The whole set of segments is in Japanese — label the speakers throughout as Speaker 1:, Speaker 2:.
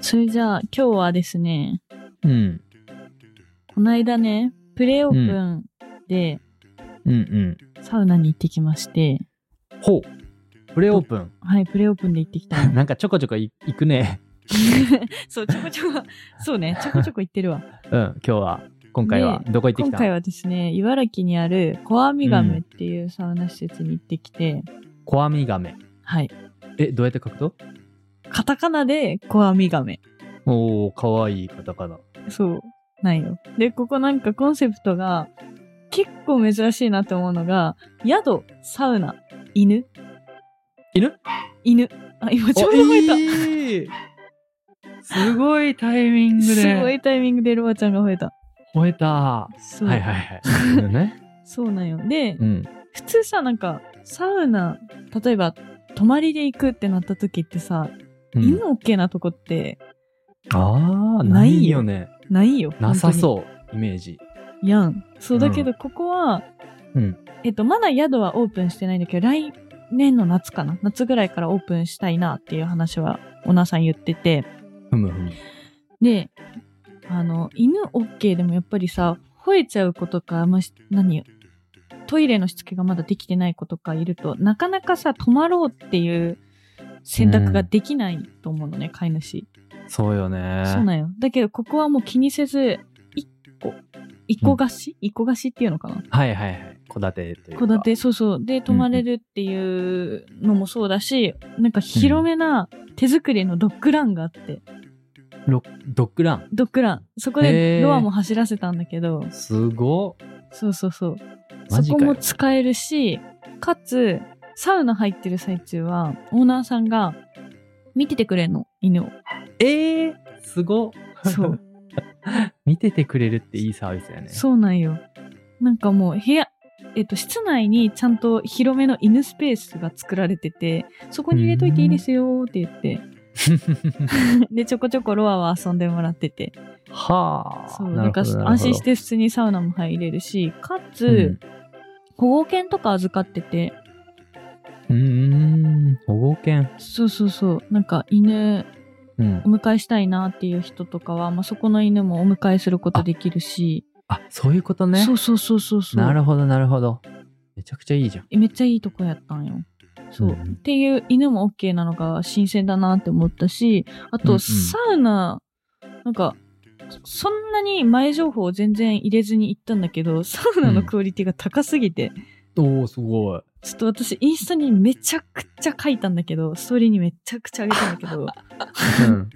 Speaker 1: それじゃあ今日はですね、
Speaker 2: うん。
Speaker 1: この間ね、プレイオープンで
Speaker 2: うんうん。
Speaker 1: サウナに行ってきまして、
Speaker 2: ほう。プレオープン。
Speaker 1: はい、プレイオープンで行ってきたの。
Speaker 2: なんかちょこちょこい行くね。
Speaker 1: そう、ちょこちょこ、そうね、ちょこちょこ行って るわ。
Speaker 2: うん、今日は、今回は、
Speaker 1: ね
Speaker 2: どこ行ってき
Speaker 1: 今
Speaker 2: た
Speaker 1: 回はですね、茨城にあるコアミガムっていうサウナ施設に行ってきて、
Speaker 2: コアミガメ。
Speaker 1: はい。
Speaker 2: え、どうやって書くと
Speaker 1: カタカナでコアミガメ。
Speaker 2: おー、かわいいカタカナ。
Speaker 1: そう。ないよ。で、ここなんかコンセプトが結構珍しいなと思うのが、宿、サウナ、犬。
Speaker 2: 犬
Speaker 1: 犬。あ、今ちょうど吠えた。
Speaker 2: ええ
Speaker 3: すごいタイミング
Speaker 1: すご
Speaker 3: で
Speaker 1: いタイミングでロバちゃんが吠えた。
Speaker 2: 吠えた。は
Speaker 1: そ。
Speaker 2: いうはいはい。ね。
Speaker 1: そうなんよ。で、
Speaker 2: うん。
Speaker 1: 普通さ、なんか、サウナ、例えば、泊まりで行くってなった時ってさ、
Speaker 2: うん
Speaker 1: 犬 OK なとこって
Speaker 2: あー、ないよね。
Speaker 1: ないよ。
Speaker 2: なさ
Speaker 1: う。
Speaker 2: そう、イメージ。
Speaker 1: やん。そう、だけ
Speaker 2: う
Speaker 1: ど、ここは、
Speaker 2: うん。
Speaker 1: えっと、まだ宿はオープンしてないんだけど、来年の夏かな夏ぐらいからオープンしたいなっていう話は、オナさん言ってて。
Speaker 2: ふむふむ。
Speaker 1: で、あの、犬 OK でもやっぱりさ、吠えちゃう子とか、まあ、し何トイレのしつけがまだできてない子とかいると、なかなかさ、泊まろうっていう選択ができないと思うのね、飼い主。
Speaker 2: そうよね。
Speaker 1: そうなんよ。だけど、ここはもう気にせず、一個、一個貸し、一個貸しっていうのかな
Speaker 2: はいはいはい。戸建てというか。
Speaker 1: 戸建て、そうそう。で、泊まれるっていうのもそうだし、なんか広めな手作りのドッグランがあって、
Speaker 2: ロドッグラン。
Speaker 1: ドッグラン。そこ
Speaker 2: へ
Speaker 1: で
Speaker 2: ー
Speaker 1: ドアも走らせたんだけど、
Speaker 2: すごっ。
Speaker 1: そうそうそう。
Speaker 2: マ
Speaker 1: そ
Speaker 2: ジ
Speaker 1: こ
Speaker 2: かよ
Speaker 1: も使えるし、かつ、サウナ入ってる最中は、オーナーさんが見ててくれんの、犬を。
Speaker 2: ええすごっ。
Speaker 1: そう。
Speaker 2: 見ててくれるっていいサービスだよね。
Speaker 1: そうなんよ。なんかもう部屋、えっと、室内にちゃんと広めの犬スペースが作られてて、そこに入れといていいですよって言って、 で、ちょこちょこロアは遊んでもらってて。
Speaker 2: はあ。
Speaker 1: そう、
Speaker 2: な
Speaker 1: なん
Speaker 2: る
Speaker 1: か
Speaker 2: ほど
Speaker 1: 安心し、て普通にサウナも入れるし、か
Speaker 2: なる
Speaker 1: つ、保護犬とか預かってて、
Speaker 2: ほどうん、うーん保護犬。
Speaker 1: そうそうそう、なんか犬
Speaker 2: うん
Speaker 1: お。迎えしたいなっていう人とかは、まあ、そこの犬もお迎えすることできるし、
Speaker 2: あ、そういうことね
Speaker 1: そ。うそうそうそうそう。
Speaker 2: なるほど、なるほど。めちゃくちゃいいじゃん。
Speaker 1: めっちゃいいとこやったんよ。そう。
Speaker 2: うん
Speaker 1: っていう犬も OK なのが新鮮だなって思ったし、あ
Speaker 2: うんう
Speaker 1: と
Speaker 2: ん
Speaker 1: サウナ、なんか、そんなに前情報を全然入れずに行ったんだけど、サウナのクオリティが高すぎて、
Speaker 2: おお、すごい。
Speaker 1: ちょっと私インスタにめちゃくちゃ書いたんだけど、ストーリーにめちゃくちゃあげたんだけ ど、
Speaker 2: うん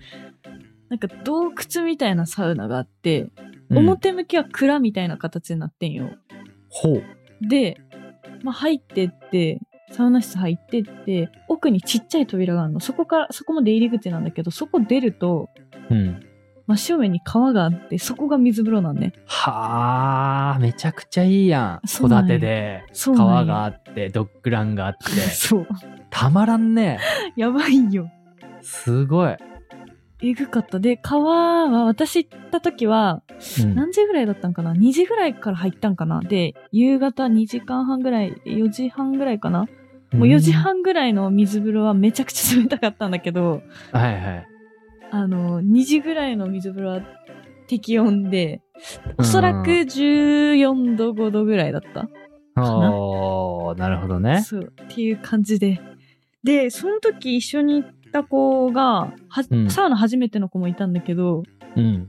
Speaker 1: なんか洞窟みたいなサウナがあって、
Speaker 2: うん。
Speaker 1: 表向きは蔵みたいな形になってんよ。
Speaker 2: ほう。
Speaker 1: で、まあ、入ってって、サウナ室入ってって、奥にちっちゃい扉があるの。そこから、そこも出入り口なんだけど、そこ出ると、
Speaker 2: うん。
Speaker 1: 真正面に川があって、そこが水風呂なんね。
Speaker 2: はあ、めちゃくちゃいいやん。
Speaker 1: そう
Speaker 2: 戸
Speaker 1: なん
Speaker 2: 建
Speaker 1: よ
Speaker 2: てで、
Speaker 1: そうなんよ
Speaker 2: 川があって、ドッグランがあって、
Speaker 1: そう。
Speaker 2: たまらんね。
Speaker 1: やばいよ。
Speaker 2: すごい。
Speaker 1: えぐかった。で、川は、私行った時は、
Speaker 2: うん
Speaker 1: 何時ぐらいだったんかな ?2 時ぐらいから入ったんかなで、夕方2時間半ぐらい、4時半ぐらいかなもう4時。半ぐらいの水風呂はめちゃくちゃ冷たかったんだけど、
Speaker 2: うんはいはい。
Speaker 1: あの、2時ぐらいの水風呂は適温で、おそらく
Speaker 2: うん
Speaker 1: 14度、5度ぐらいだった。な
Speaker 2: おー、なるほどね。
Speaker 1: そう。っていう感じで。で、その時一緒に行った子が、は
Speaker 2: うん
Speaker 1: サウナ初めての子もいたんだけど、
Speaker 2: うん。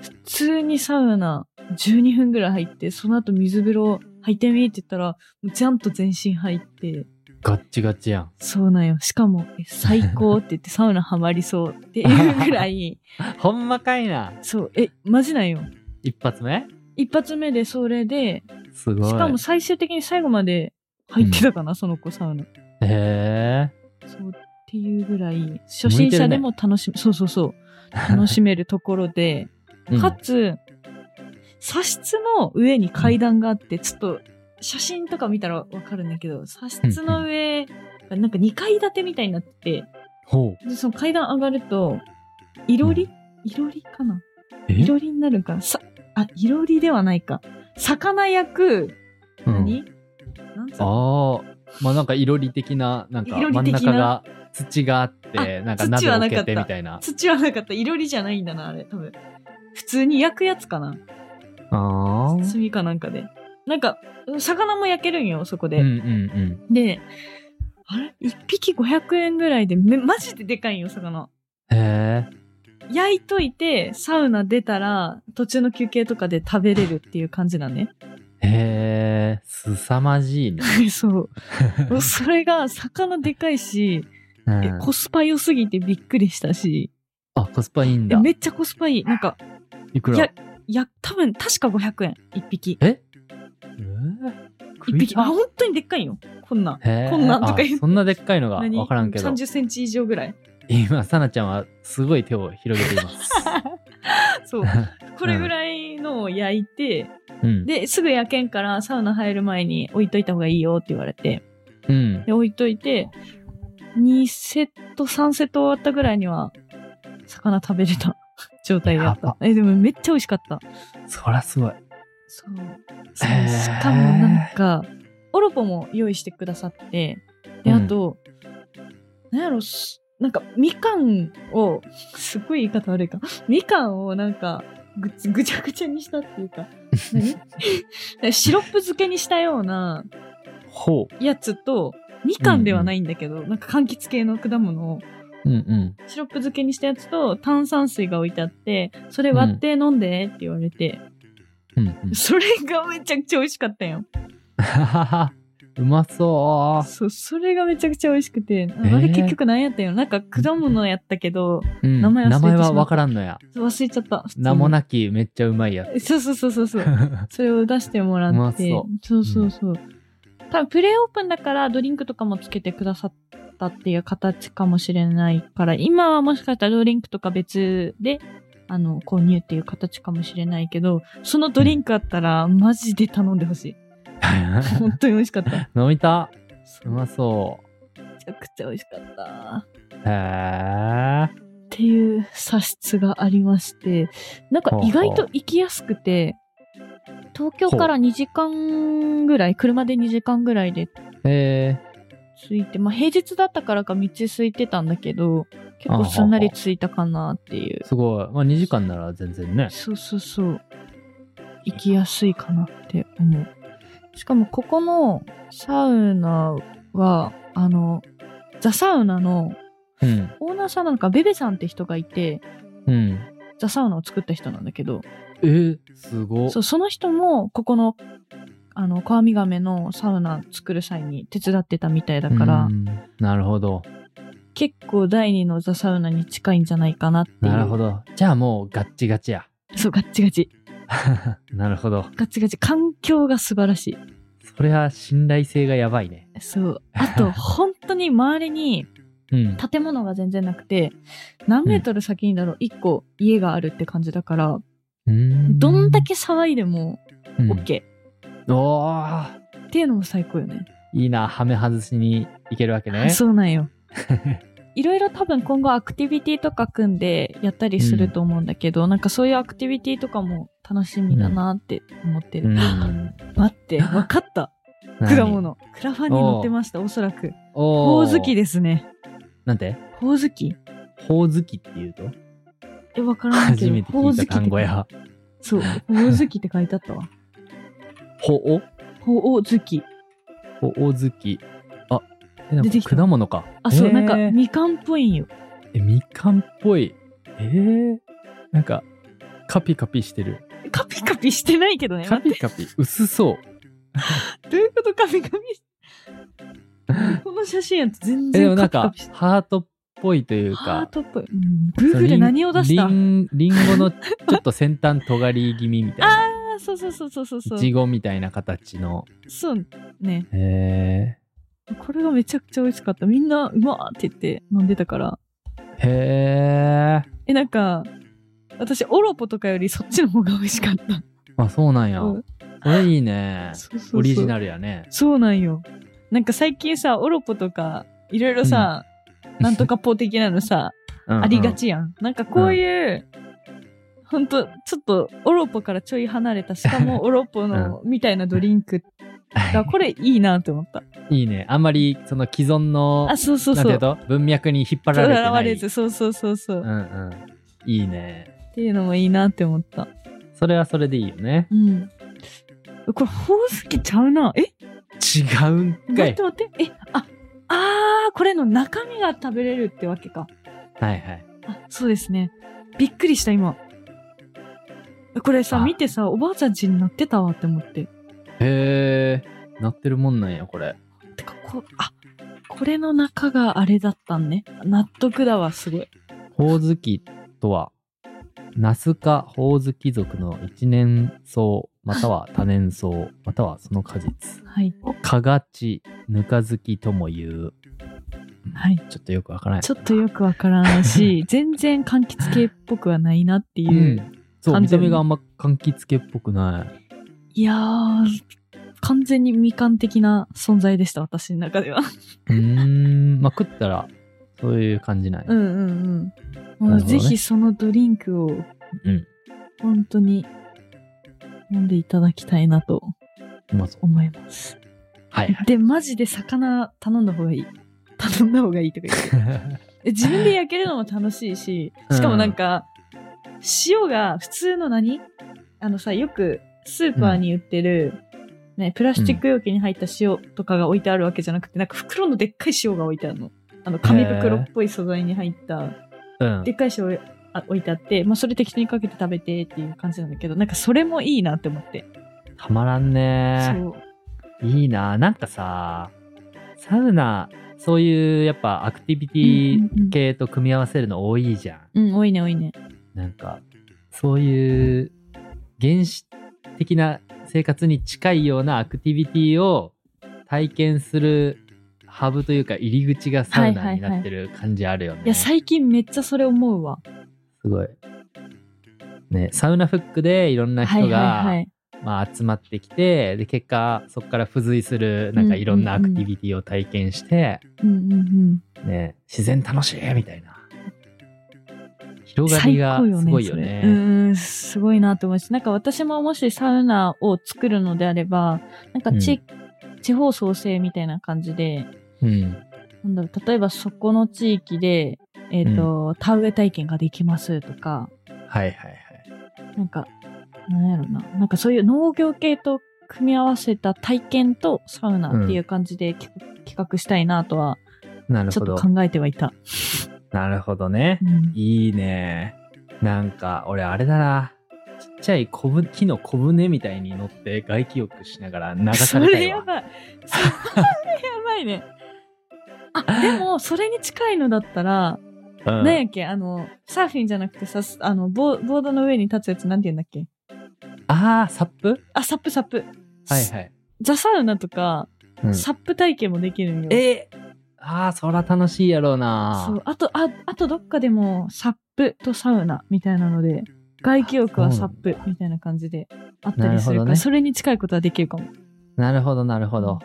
Speaker 1: 普通にサウナ12分ぐらい入って、その後水風呂入ってみって言ったら、もうジャンと全身入って、
Speaker 2: ガッチガチやん。
Speaker 1: そうなんよ。しかも、え最高って言 ってサウナハマりそうっていうぐらい、
Speaker 2: ほんまかいな。
Speaker 1: そう、え、マジなんよ。
Speaker 2: 一発目
Speaker 1: 一発目でそれで、
Speaker 2: すごい。
Speaker 1: しかも最終的に最後まで入ってたかな、その子サウナ。
Speaker 2: へ
Speaker 1: そうっていうぐらい、初心者でも楽しむ、そうそう そう、楽しめるところで、
Speaker 2: え。
Speaker 1: かつ、茶室の上に階段があって、ちょっと写真とか見たらわかるんだけど、茶室の上がなんか2階建てみたいになってて、
Speaker 2: ほ
Speaker 1: でその階段上がると、いろりいろりかな
Speaker 2: う。
Speaker 1: いろりになるんかなさ、あ、いろりではないか。魚焼く、
Speaker 2: うん
Speaker 1: 何、なんつうの
Speaker 2: ああ。まあなんかいろり的な、なんか
Speaker 1: いろ
Speaker 2: 真
Speaker 1: り
Speaker 2: ん
Speaker 1: 的な
Speaker 2: 中が土があって、
Speaker 1: あ
Speaker 2: なんか
Speaker 1: 土
Speaker 2: 鍋
Speaker 1: はな
Speaker 2: 置
Speaker 1: かった
Speaker 2: けてみたいな。
Speaker 1: 土はなかった。いろりじゃないんだな、あれ、多分。普通に焼くやつかな。
Speaker 2: ああ。
Speaker 1: 炭かなんかで。なんか、魚も焼けるんよ、そこ
Speaker 2: う
Speaker 1: で。
Speaker 2: んうん
Speaker 1: で、あれ一匹500円ぐらいで、め、マジででかいんよ、魚。
Speaker 2: うん。へえ。
Speaker 1: 焼いといて、サウナ出たら、途中の休憩とかで食べれるっていう感じだね。
Speaker 2: へえ。すさまじいね。
Speaker 1: そう。それが、魚でかいし、
Speaker 2: う
Speaker 1: え
Speaker 2: ん、
Speaker 1: コスパ良すぎてびっくりしたし、
Speaker 2: あ、コスパいいん
Speaker 1: え
Speaker 2: だ。
Speaker 1: めっちゃコスパいい。なんか、
Speaker 2: いく
Speaker 1: いや
Speaker 2: ら、
Speaker 1: いや、多分、確か500円、一匹。
Speaker 2: ええー
Speaker 1: 一匹。
Speaker 2: 食い
Speaker 1: あ、本当にでっかいんよ。こんなん。
Speaker 2: へえ。
Speaker 1: こんなんとか言って
Speaker 2: あそんなでっかいのが
Speaker 1: 何
Speaker 2: わからんけど。
Speaker 1: 30センチ以上ぐらい。
Speaker 2: 今、さなちゃんはすごい手を広げています。
Speaker 1: そう。これぐらいのを焼いて、
Speaker 2: うん。
Speaker 1: で、すぐ焼けんからサウナ入る前に置いといた方がいいよって言われて、
Speaker 2: うん。
Speaker 1: で、置いといて、2セット、3セット終わったぐらいには、魚食べれた 状態だっ
Speaker 2: や
Speaker 1: た。え、でもめっちゃ美味しかった。
Speaker 2: そらすごい。
Speaker 1: そう。そう
Speaker 2: へー
Speaker 1: しかもなんか、オロポも用意してくださって、で、
Speaker 2: う
Speaker 1: あ
Speaker 2: ん
Speaker 1: と、なんやろ、すなんか、みかんを、すごい言い方悪いか、みかんをなんか、ぐつぐちゃぐちゃにしたっていうか、何シロップ漬けにしたような
Speaker 2: ほ
Speaker 1: やつと、みかんではないんだけど、なんか柑橘系の果物を
Speaker 2: う。うんうん。
Speaker 1: シロップ漬けにしたやつと炭酸水が置いてあって、それ割って飲んでねって言われて、
Speaker 2: うんうん。
Speaker 1: それがめちゃくちゃ美味しかったんよ。
Speaker 2: うまそ
Speaker 1: そう、それがめちゃくちゃ美味しくて、
Speaker 2: えー
Speaker 1: あれ結局何やったんよ。なんか果物やったけど、
Speaker 2: う。うん
Speaker 1: 名前忘れてしまった
Speaker 2: はわからんのや。
Speaker 1: 忘れちゃった。普通に
Speaker 2: 名もなきめっちゃう まいや
Speaker 1: そうそうそうそう そう。
Speaker 2: つ。
Speaker 1: それを出してもら
Speaker 2: うま
Speaker 1: って。
Speaker 2: そ
Speaker 1: そうそうそう。多分プレイオープンだからドリンクとかもつけてくださったっていう形かもしれないから、今はもしかしたらドリンクとか別で、あの、購入っていう形かもしれないけど、そのドリンクあったらマジで頼んでほしい。 本当に美味しかった。
Speaker 2: 飲みた
Speaker 1: そううめ
Speaker 2: まそう。
Speaker 1: ちゃくちゃ美味しかった。
Speaker 2: へえ。
Speaker 1: っていう素質がありましてなんか意外と行きやすくて東京から2時間ぐらい車で2時間ぐらいで
Speaker 2: へ
Speaker 1: 着いてまあ平日だったからか道空いてたんだけど結構すんなり着いたかなっていう
Speaker 2: え。すごい。まあ2時間なら全然ね。
Speaker 1: そうそうそう行きやすいかなって思うしかもここのサウナはあのザ・サウナの
Speaker 2: うん。
Speaker 1: オーナーさんなのかベベさんって人がいて
Speaker 2: うん。
Speaker 1: ザ・サウナを作った人なんだけど
Speaker 2: えー、すごい。
Speaker 1: そうその人もここのあの川見亀のサウナ作る際に手伝ってたみたいだから、
Speaker 2: うん。なるほど。
Speaker 1: 結構第二のザサウナに近いんじゃないかなっていう
Speaker 2: なるほど。じゃあもうガッチガチや。
Speaker 1: そうガッチガチ
Speaker 2: なるほど。
Speaker 1: ガッチガチ環境が素晴らし
Speaker 2: それは信頼性がやばいね。
Speaker 1: い そうあと本当に周りに
Speaker 2: うん。
Speaker 1: 建物が全然なくて何メートル先にだろう1個家があるって感じだから、
Speaker 2: うー
Speaker 1: どんだけ騒いでも
Speaker 2: うん
Speaker 1: OK、
Speaker 2: おー
Speaker 1: っていうのも最高よね
Speaker 2: いいな、ハメ外しに行けるわけね。
Speaker 1: そうなん よ。いろいろ多分今後アクティビティとか組んでやったりすると思うんだけど、なんかそういうアクティビティとかも楽しみだなって思ってる。
Speaker 2: うん
Speaker 1: 待 って、わかった。
Speaker 2: 何
Speaker 1: 果物。クラファンに載ってました、おそらく。ほ
Speaker 2: お
Speaker 1: お
Speaker 2: ー
Speaker 1: ずきですね。
Speaker 2: なんて
Speaker 1: ほおずき
Speaker 2: ほおずきって言うと
Speaker 1: え、わからんけ
Speaker 2: 初
Speaker 1: ど
Speaker 2: め。て聞いた単語や。
Speaker 1: ほおずきって書いてある。そう、ほおずきって書いてあった わ。
Speaker 2: ほお
Speaker 1: ほおずき。
Speaker 2: ほおずき。あ、えなん
Speaker 1: 出てき
Speaker 2: か
Speaker 1: た
Speaker 2: 果物か。
Speaker 1: あ、そう、
Speaker 2: えー
Speaker 1: なんかみかんっぽいんよ。
Speaker 2: え、みかんっぽい。えー、なんか、カピカピしてる。
Speaker 1: カピカピしてないけどね。
Speaker 2: カピカピ。薄そう。
Speaker 1: どういうことカピカピ して。この写真やと全
Speaker 2: え、で
Speaker 1: 然
Speaker 2: もな
Speaker 1: カピカ
Speaker 2: んか
Speaker 1: ピして、
Speaker 2: ハートっぽいという
Speaker 1: ハー
Speaker 2: か。
Speaker 1: トっぽい。うん、Google で何を出したあ
Speaker 2: リンリンリンゴのちょっと先端尖り気味みたいな。
Speaker 1: ーそうそうそうそうそうそ。
Speaker 2: いうちごみたいな形の。
Speaker 1: そうね。
Speaker 2: へ
Speaker 1: これがめちゃくちゃ美味しかった。みんな、うまーって言って飲んでたから。
Speaker 2: え。へえ。
Speaker 1: え、なんか、私、オロポとかよりそっちの方が美味しかった。
Speaker 2: あ、そうなんや。
Speaker 1: うん
Speaker 2: これいいね。
Speaker 1: そうそうそう
Speaker 2: オリジナルやね。
Speaker 1: そうなんよ。なんか最近さ、オロポとか、いろいろさ、なんとかポ的なのさ、
Speaker 2: うんうん
Speaker 1: ありが。ちやん。なんかこういう、ほんと、ちょっと、オロポからちょい離れた、しかもオロポの、みたいなドリンクだからこれいいなって思った。
Speaker 2: いいね。あんまり、その既存の
Speaker 1: あ、、そうそう
Speaker 2: なん
Speaker 1: そ。
Speaker 2: ていううと、文脈に引っ張
Speaker 1: と
Speaker 2: られて
Speaker 1: ら
Speaker 2: な
Speaker 1: わ
Speaker 2: い。
Speaker 1: れず、そうそうそうそう、
Speaker 2: うんうん。いいね。
Speaker 1: っていうのもいいなって思った。
Speaker 2: それはそれでいいよね。
Speaker 1: うん。これ、ほうすけちゃうな。え
Speaker 2: 違うんか
Speaker 1: 待っ
Speaker 2: い
Speaker 1: て。待って。え、あ、あー、これの中身が食べれるってわけか。
Speaker 2: はいはい。
Speaker 1: あ、そうですね。びっくりした、今。これさ、
Speaker 2: あ
Speaker 1: 見てさ、おばあちゃん家になってたわって思って。
Speaker 2: へえ。なってるもんなんや、これ。
Speaker 1: てか、こう、あ、これの中があれだったんね。納得だわ、すごい。
Speaker 2: ほおずきとは、ナス科ほおずき属の一年草、ま たは多年草、またはその果実。
Speaker 1: はい。
Speaker 2: かがち、ぬかずきとも言う。
Speaker 1: はい。
Speaker 2: ちょっとよくわからない。
Speaker 1: ちょっとよくわからん し、全然柑橘系っぽくはないなっていうう。
Speaker 2: ん。そう、
Speaker 1: 完
Speaker 2: 見た
Speaker 1: 全に
Speaker 2: 目があんま柑橘系っぽ くない。
Speaker 1: いやー、完全に未完的な存在でした、私の中では。
Speaker 2: うーん。まあ、食ったら、そういう感じない。
Speaker 1: うんうんうん。も
Speaker 2: なるほど
Speaker 1: う
Speaker 2: ね
Speaker 1: ぜひそのドリンクを、
Speaker 2: うん
Speaker 1: 本当に飲んでいただきたいなと
Speaker 2: うまそう。
Speaker 1: 思います。
Speaker 2: はいはい。
Speaker 1: で、マジで魚頼んだ方がいい。頼んだ方がいいとか言って。え自分で焼けるのも楽しいし、しかもなんか、塩が普通の何あのさ、よくスーパーに売ってる、ね、プラスチック容器に入った塩とかが置いてあるわけじゃなくて、なんか袋のでっかい塩が置いてあるの。あの、紙袋っぽい素材に入った、
Speaker 2: うん
Speaker 1: で。っかい塩あ置いてあって、まあ、それ適当にかけて食べてっていう感じなんだけど、なんかそれもいいなって思って。
Speaker 2: たまらんね
Speaker 1: そう。
Speaker 2: いいななんかさ、サウナ、そういうやっぱアクティビティ
Speaker 1: うんうんうん
Speaker 2: 系と組み合わせるの多いじゃん。
Speaker 1: うん、多いね、多いね。
Speaker 2: なんか、そういう原始的な生活に近いようなアクティビティを体験するハブというか入り口がサウナになってる感じあるよね。
Speaker 1: いや、最近めっちゃそれ思うわ。
Speaker 2: すごい。ね、サウナフックでいろんな
Speaker 1: はい
Speaker 2: 人
Speaker 1: はい
Speaker 2: が、
Speaker 1: はい。
Speaker 2: まあ、集まってきてで結果そこから付随するなんかいろんなアクティビティを体験して、
Speaker 1: うんうんうん。
Speaker 2: ね、自然楽しいみたいな広がりがすごいよね
Speaker 1: それうーん、すごいなと思うし、なんか私ももしサウナを作るのであれば、なんかち、地方創生みたいな感じで、
Speaker 2: うん
Speaker 1: なんだろう、例えばそこの地域で、えっ、と、田植え体験ができますとか、
Speaker 2: はいはいはい
Speaker 1: なんか、なんやろな、なんかそういう農業系と組み合わせた体験とサウナっていう感じで、き企画したいなとは、
Speaker 2: なる
Speaker 1: ちょ
Speaker 2: ほ
Speaker 1: っと
Speaker 2: ど
Speaker 1: 考えてはいた。
Speaker 2: なるほどね
Speaker 1: うん
Speaker 2: いいねなんか俺あれだなちっちゃい小ぶ木の小舟みたいに乗って外気浴しながら流
Speaker 1: そ
Speaker 2: された
Speaker 1: れ
Speaker 2: い
Speaker 1: や
Speaker 2: わ
Speaker 1: ばい。それやばいね。あ、でも、それに近いのだったら、
Speaker 2: うん
Speaker 1: なんやっけ、あの、サーフィンじゃなくてさ、あの、ボボードの上に立つやつ、なんて言うんだっけ。
Speaker 2: あーサップ
Speaker 1: あ、サップサップ。
Speaker 2: はいはい、
Speaker 1: ザサウナとか、
Speaker 2: うん
Speaker 1: サップ体験もできるんよ。
Speaker 2: えーあーそら楽しいやろうな
Speaker 1: そう。あと、あ、あとどっかでも、サップとサウナみたいなので、外気浴はサップみたいな感じであったりする
Speaker 2: なる
Speaker 1: か
Speaker 2: ほ
Speaker 1: ら、
Speaker 2: どね
Speaker 1: それに近いことはできるかも。
Speaker 2: なるほど、なるほど。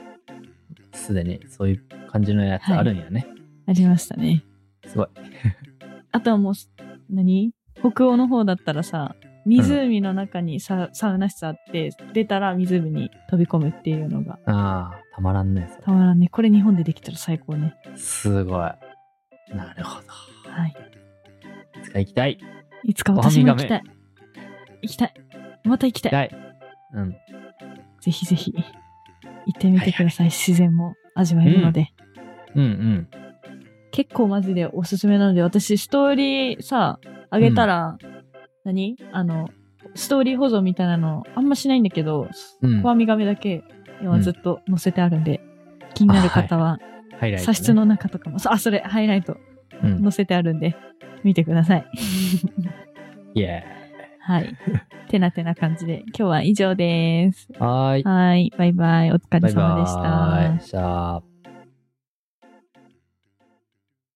Speaker 2: すでにそういう感じのやつあるんやね。
Speaker 1: ありましたね。
Speaker 2: すごい。
Speaker 1: あとはもう、何北欧の方だったらさ、湖の中にサ,、サウナ室あって、出たら湖に飛び込むっていうのが、
Speaker 2: ああ、たまらんね。そ
Speaker 1: たまらんね。これ日本でできたら最高ね。
Speaker 2: れすごい。なるほど。
Speaker 1: はい。
Speaker 2: いつか行きたい。行
Speaker 1: いつか私も行きた
Speaker 2: お
Speaker 1: い。行きたい。また行きた
Speaker 2: き
Speaker 1: い。
Speaker 2: たい。うん。
Speaker 1: ぜひぜひ、行ってみてください。自然も味わえるので。
Speaker 2: うんうん。
Speaker 1: 結構マジでおすすめなので、私、ストーリーさ、あげたら、何あの、ストーリー保存みたいなの、あんましないんだけど、
Speaker 2: うん。
Speaker 1: コアミガメだけ今ずっと載せてあるんで、気になる方は、
Speaker 2: ハイライト、ね。
Speaker 1: 茶室の中とかも、そうあ、それ、ハイライト
Speaker 2: うん。
Speaker 1: 載せてあるんで、見てください。
Speaker 2: イエ
Speaker 1: はい。てなてな感じで、今日は以上です。
Speaker 2: ーイ。はーい。
Speaker 1: はい。バイバイ。お疲
Speaker 2: バ
Speaker 1: れ
Speaker 2: イバ
Speaker 1: 様
Speaker 2: ー
Speaker 1: で
Speaker 2: イ。
Speaker 1: した。
Speaker 2: した。